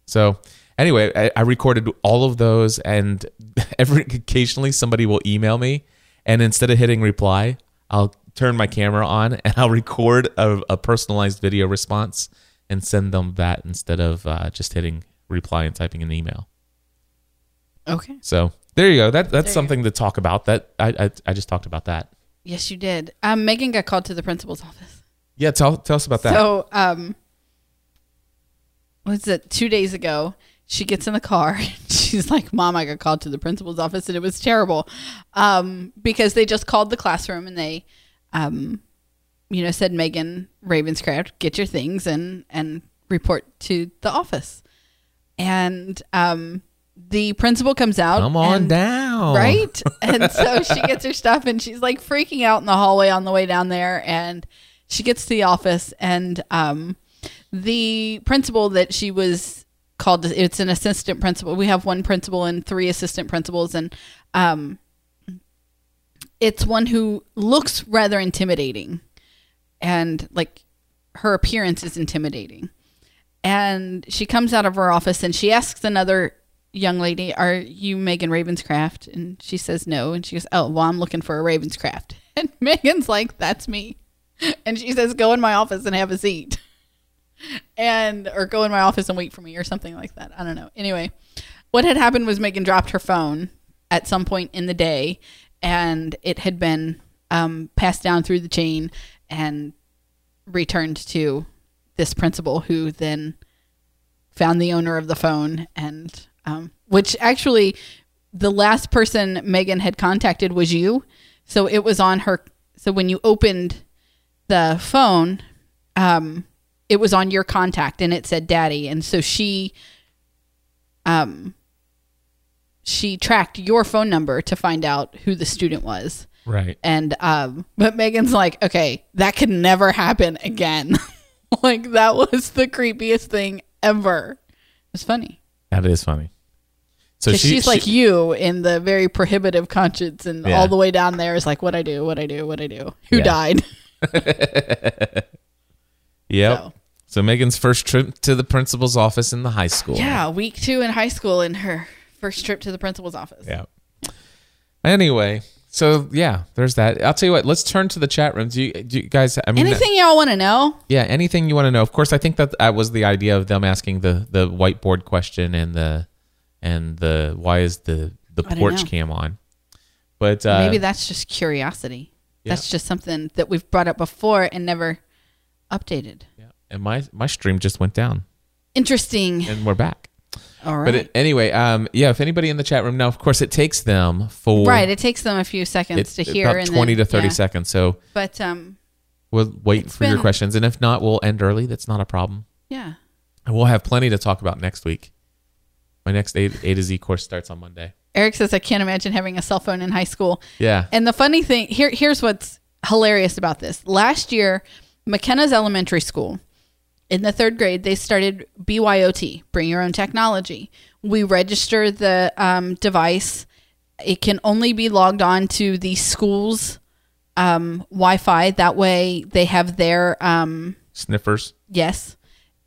S1: So anyway, I, I recorded all of those, and every occasionally somebody will email me, and instead of hitting reply, I'll turn my camera on and I'll record a, a personalized video response and send them that instead of uh, just hitting reply and typing an email.
S5: Okay.
S1: So there you go. That that's something to talk about. That I, I I just talked about that.
S5: Yes, you did. Um, Megan got called to the principal's office.
S1: Yeah, tell tell us about that.
S5: So, um, was it two days ago? She gets in the car. And she's like, "Mom, I got called to the principal's office, and it was terrible um, because they just called the classroom and they, um, you know, said Megan Ravenscraft, get your things and and report to the office." And um, the principal comes out.
S1: Come on
S5: and-
S1: down.
S5: Right? And so she gets her stuff and she's like freaking out in the hallway on the way down there. And she gets to the office and um, the principal that she was called, to, it's an assistant principal. We have one principal and three assistant principals. And um, it's one who looks rather intimidating and like her appearance is intimidating. And she comes out of her office and she asks another young lady, Are you Megan Ravenscraft? And she says no. And she goes, Oh, well, I'm looking for a Ravenscraft. And Megan's like, That's me. And she says, Go in my office and have a seat. And, or go in my office and wait for me or something like that. I don't know. Anyway, what had happened was Megan dropped her phone at some point in the day and it had been um, passed down through the chain and returned to this principal who then found the owner of the phone and um, which actually the last person megan had contacted was you so it was on her so when you opened the phone um, it was on your contact and it said daddy and so she um, she tracked your phone number to find out who the student was
S1: Right.
S5: and um but Megan's like, okay, that could never happen again. like that was the creepiest thing ever. It's funny.
S1: That is funny. So
S5: 'Cause
S1: she-
S5: she's
S1: she-
S5: like you in the very prohibitive conscience and
S1: Yeah.
S5: all the way down there is like what I do, what I do, what I do. Who
S1: Yeah.
S5: died?
S1: Yep. So.
S5: So.
S1: Megan's first trip to the principal's office in the high school.
S5: Yeah, week 2 in high school in her first trip to the principal's office.
S1: Yeah. Anyway, so yeah, there's that. I'll tell you what. Let's turn to the chat room. Do you, do you guys? I mean,
S5: Anything y'all want to know?
S1: yeah, anything you want to know? Of course, I think that that was the idea of them asking the the whiteboard question and the and the why is the the
S5: don't
S1: porch
S5: know.
S1: cam on? But uh,
S5: Maybe that's just curiosity. That's just something that we've brought up before and never updated.
S1: yeah. and my my stream just went down,
S5: Interesting.
S1: and we're back.
S5: All right.
S1: But it, anyway, um, yeah. If anybody in the chat room now, of course, it takes them for
S5: Right. It takes them a few seconds
S1: it's
S5: to hear.
S1: about
S5: and
S1: twenty
S5: then-
S1: to thirty
S5: yeah.
S1: seconds. So
S5: But um,
S1: We'll wait
S5: It's
S1: for your
S5: been-
S1: questions, and if not, we'll end early. That's not a problem,
S5: yeah.
S1: and we'll have plenty to talk about next week. My next A, a to Z course starts on Monday.
S5: Eric says, I can't imagine having a cell phone in high school.
S1: Yeah,
S5: And the funny thing here, here's what's hilarious about this. Last year, McKenna's elementary school in the third grade, they started BYOT, bring your own technology. We register the um, device. It can only be logged on to the school's um, Wi-Fi. That way, they have their um,
S1: sniffers.
S5: Yes.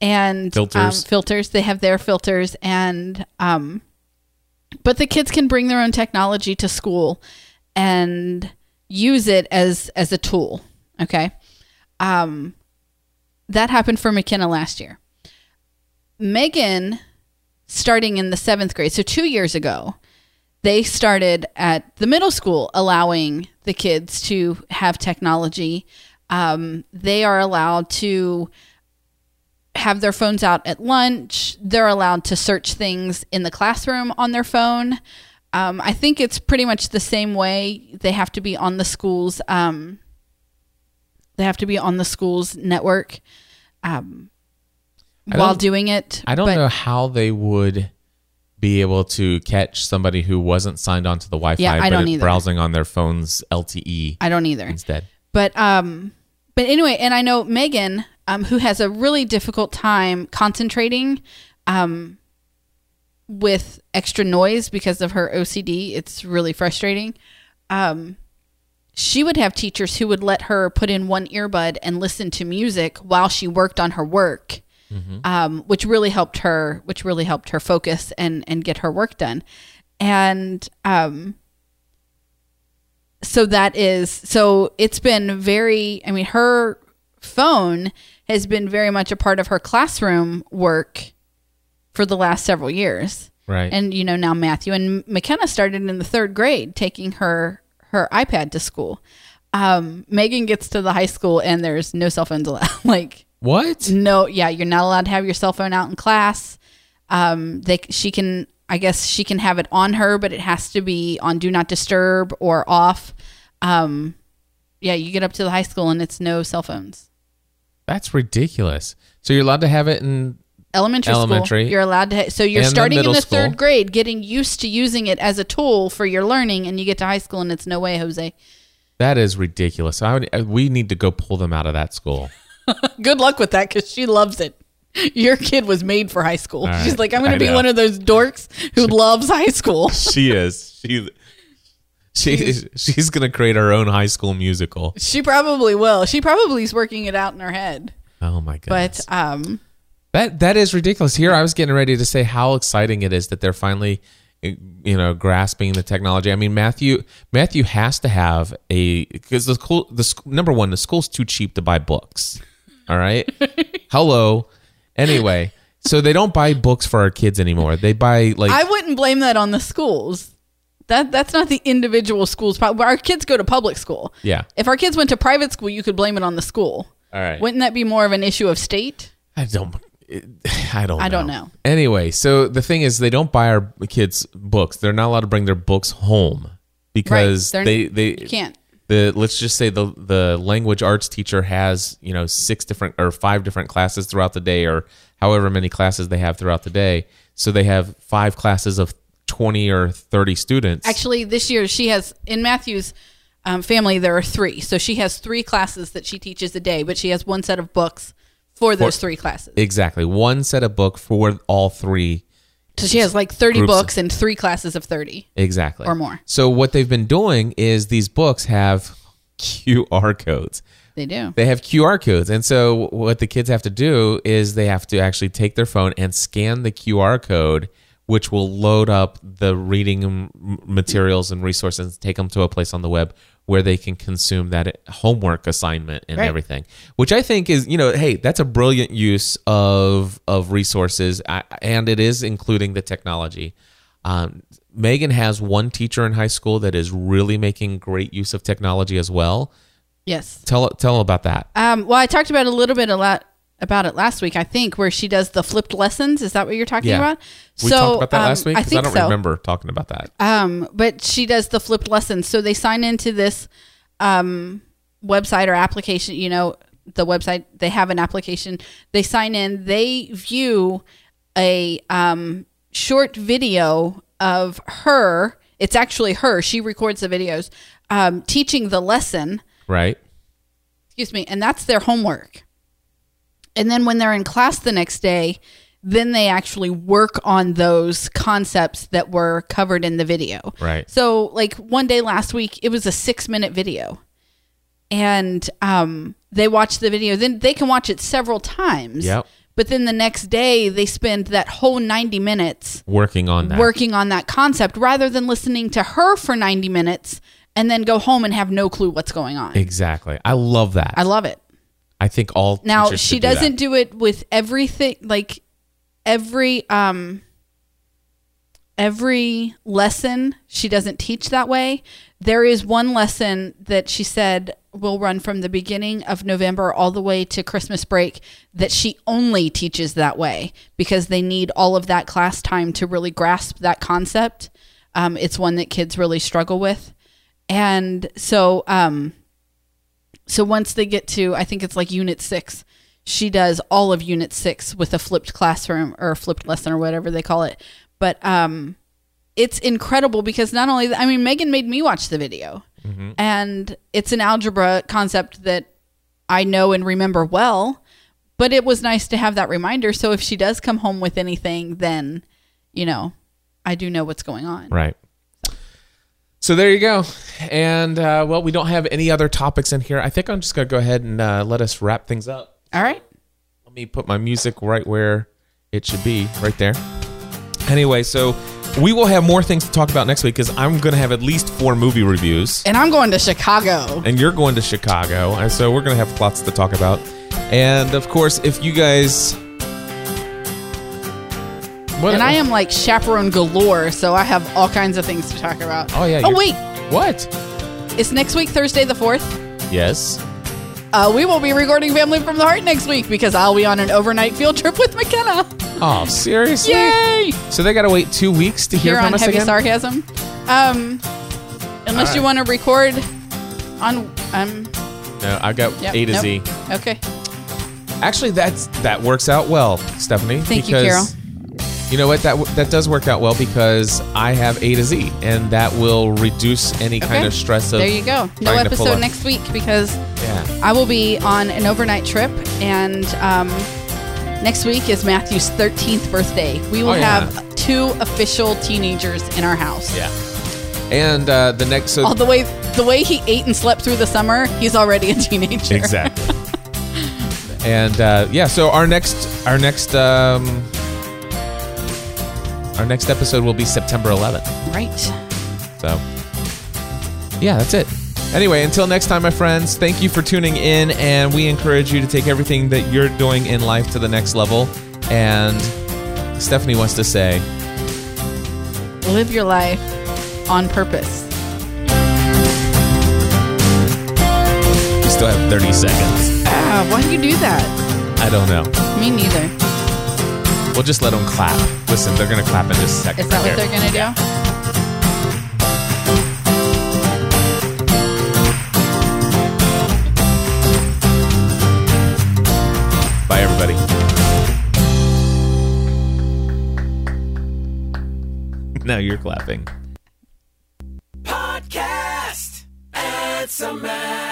S5: And um,
S1: Filters.
S5: filters. They have their filters and um but the kids can bring their own technology to school and use it as as a tool. Okay. Um that happened for McKenna last year. Megan starting in the seventh grade, so two years ago, they started at the middle school allowing the kids to have technology. Um, they are allowed to have their phones out at lunch. They're allowed to search things in the classroom on their phone. Um, I think it's pretty much the same way. They have to be on the school's. Um, they have to be on the school's network
S1: I
S5: um, while
S1: don't-
S5: doing it.
S1: I don't
S5: but-
S1: know how they would be able to catch somebody who wasn't signed onto the Wi-Fi,
S5: Yeah, I
S1: but
S5: don't
S1: is
S5: either.
S1: browsing on their phone's LTE
S5: I don't either.
S1: E instead.
S5: But um, But anyway, and I know Megan, um, who has a really difficult time concentrating um, with extra noise because of her OCD. It's really frustrating. Um, she would have teachers who would let her put in one earbud and listen to music while she worked on her work, um, which really helped her. Which really helped her focus and and get her work done. And um, so that is so it's been very i mean her phone has been very much a part of her classroom work for the last several years
S1: Right.
S5: and you know now matthew and mckenna started in the third grade taking her her ipad to school um, megan gets to the high school and there's no cell phones allowed like
S1: what?
S5: no yeah you're not allowed to have your cell phone out in class um they she can i guess she can have it on her but it has to be on do not disturb or off um yeah you get up to the high school and it's no cell phones
S1: That's ridiculous. So you're allowed to have it in
S5: elementary,
S1: Elementary.
S5: school you're allowed to ha- so you're
S1: And then
S5: starting in
S1: middle
S5: the
S1: school.
S5: third grade getting used to using it as a tool for your learning and you get to high school and it's no way jose
S1: that is ridiculous. I would, uh, we need to go pull them out of that school.
S5: good luck with that because she loves it your kid was made for high school.
S1: right.
S5: She's like, I'm going
S1: I
S5: to be
S1: know.
S5: one of those dorks who loves high school.
S1: she is. She she she's gonna create her own high school musical.
S5: She probably will. She probably is working it out in her head.
S1: Oh my god.
S5: But um,
S1: That that is ridiculous. Here, I was getting ready to say how exciting it is that they're finally, eh, you know, grasping the technology. I mean, Matthew Matthew has to have a because the school the sc- number one the school's too cheap to buy books. All right, hello. Anyway, so they don't buy books for our kids anymore. They buy like
S5: I wouldn't blame that on the schools. That that's not the individual schools. pro- Our kids go to public school.
S1: yeah.
S5: If our kids went to private school, you could blame it on the school.
S1: All right.
S5: Wouldn't that be more of an issue of state?
S1: I don't. it- I don't.
S5: I don't know.
S1: Anyway, so the thing is, they don't buy our kids books. They're not allowed to bring their books home because
S5: They're-
S1: they they
S5: You can't.
S1: the let's just say the the language arts teacher has you know six different or five different classes throughout the day or however many classes they have throughout the day so they have five classes of 20 or 30 students
S5: Actually, this year she has in Matthew's um, family there are three, so she has three classes that she teaches a day, but she has one set of books for those three classes.
S1: exactly one set of book for all three
S5: So she has like thirty
S1: Groups.
S5: books and three classes of thirty.
S1: Exactly.
S5: Or more.
S1: So what they've been doing is these books have QR codes.
S5: They do.
S1: They have QR codes. And so what the kids have to do is they have to actually take their phone and scan the QR code which will load up the reading m- materials and resources and take them to a place on the web where they can consume that homework assignment and
S5: Right.
S1: everything which i think is you know hey that's a brilliant use of of resources I- and it is including the technology um, megan has one teacher in high school that is really making great use of technology as well
S5: Yes.
S1: tell tell about that
S5: Um, well, I talked about a little bit a lot about it last week, I think, where she does the flipped lessons. Is that what you're talking
S1: Yeah.
S5: about?
S1: We talked about that
S5: um,
S1: last week
S5: I
S1: 'Cause I,
S5: think
S1: don't
S5: so.
S1: remember talking about that.
S5: Um, but she does the flipped lessons. So they sign into this um, website or application. You know, the website they have an application. They sign in. They view a um, short video of her. It's actually her. She records the videos um, teaching the lesson.
S1: right?
S5: excuse me, and that's their homework. And then when they're in class the next day, then they actually work on those concepts that were covered in the video.
S1: Right.
S5: So, like one day last week, it was a six minute video. And um, they watch the video. Then they can watch it several times.
S1: Yep.
S5: But then the next day, they spend that whole 90 minutes
S1: Working on that.
S5: working on that concept rather than listening to her for 90 minutes and then go home and have no clue what's going on.
S1: Exactly. I love that.
S5: I love it.
S1: I think all
S5: Now
S1: teachers
S5: she
S1: should do that.
S5: doesn't do, it with everything like every um every lesson she doesn't teach that way. There is one lesson that she said will run from the beginning of November all the way to Christmas break that she only teaches that way because they need all of that class time to really grasp that concept. Um, it's one that kids really struggle with. And so um so once they get to i think it's like unit six she does all of unit six with a flipped classroom or a flipped lesson or whatever they call it but um it's incredible because not only i mean megan made me watch the video and it's an algebra concept that I know and remember well. But it was nice to have that reminder. So if she does come home with anything, then, you know, I do know what's going on.
S1: Right. So there you go. And uh, well, we don't have any other topics in here. I think I'm just going to go ahead and uh, let us wrap things up.
S5: All right.
S1: Let me put my music right where it should be, right there. Anyway, so we will have more things to talk about next week because I'm going to have at least four movie reviews.
S5: And I'm going to Chicago.
S1: and you're going to Chicago, and so we're gonna have lots to talk about. And of course, if you guys, what
S5: And I am like chaperone galore, so I have all kinds of things to talk about.
S1: Oh yeah.
S5: Oh
S1: you're-
S5: wait,
S1: What?
S5: it's next week, Thursday the fourth.
S1: Yes.
S5: Uh, we will be recording Family from the Heart next week because I'll be on an overnight field trip with McKenna.
S1: Oh, seriously?
S5: Yay!
S1: So they gotta wait two weeks to hear
S5: Here
S1: from
S5: on
S1: us
S5: Heavy
S1: again.
S5: Sarcasm. Um, unless you want to record on um
S1: No, I got
S5: yep,
S1: A to
S5: nope.
S1: Z.
S5: Okay.
S1: Actually, that's that works out well, Stephanie.
S5: Thank you,
S1: because- You know what? That w- that does work out well because I have A to Z, and that will reduce any kind
S5: Okay.
S1: of stress of.
S5: there you go. No
S1: trying to pull
S5: episode
S1: up-
S5: next week because
S1: Yeah.
S5: I will be on an overnight trip, and um, next week is Matthew's 13th birthday. We will
S1: Oh, yeah.
S5: have two official teenagers in our house.
S1: Yeah. And uh, the next so
S5: All the way, the way he ate and slept through the summer, he's already a teenager.
S1: Exactly. and uh, yeah, so our next our next um, our next episode will be September 11th.
S5: Right.
S1: So yeah, that's it. Anyway, until next time, my friends, thank you for tuning in, and we encourage you to take everything that you're doing in life to the next level. And Stephanie wants to say,
S5: Live your life on purpose.
S1: we still have 30 seconds.
S5: Ah, why do you do that?
S1: I don't know.
S5: Me neither.
S1: We'll just let them clap. Listen, they're going to clap in just a second.
S5: Is that
S1: Here.
S5: what they're gonna do?
S1: Bye, everybody. now you're clapping.
S6: Podcast and Samantha.